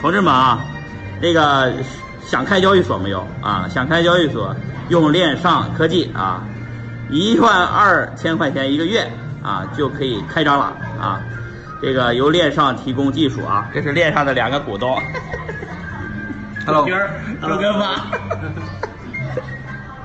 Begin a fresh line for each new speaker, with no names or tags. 同志们啊，那个想开交易所没有啊？想开交易所，用链上科技啊，一万二千块钱一个月啊就可以开张了啊。这个由链上提供技术啊，这是链上的两个股东。
Hello
刘根儿，刘根发。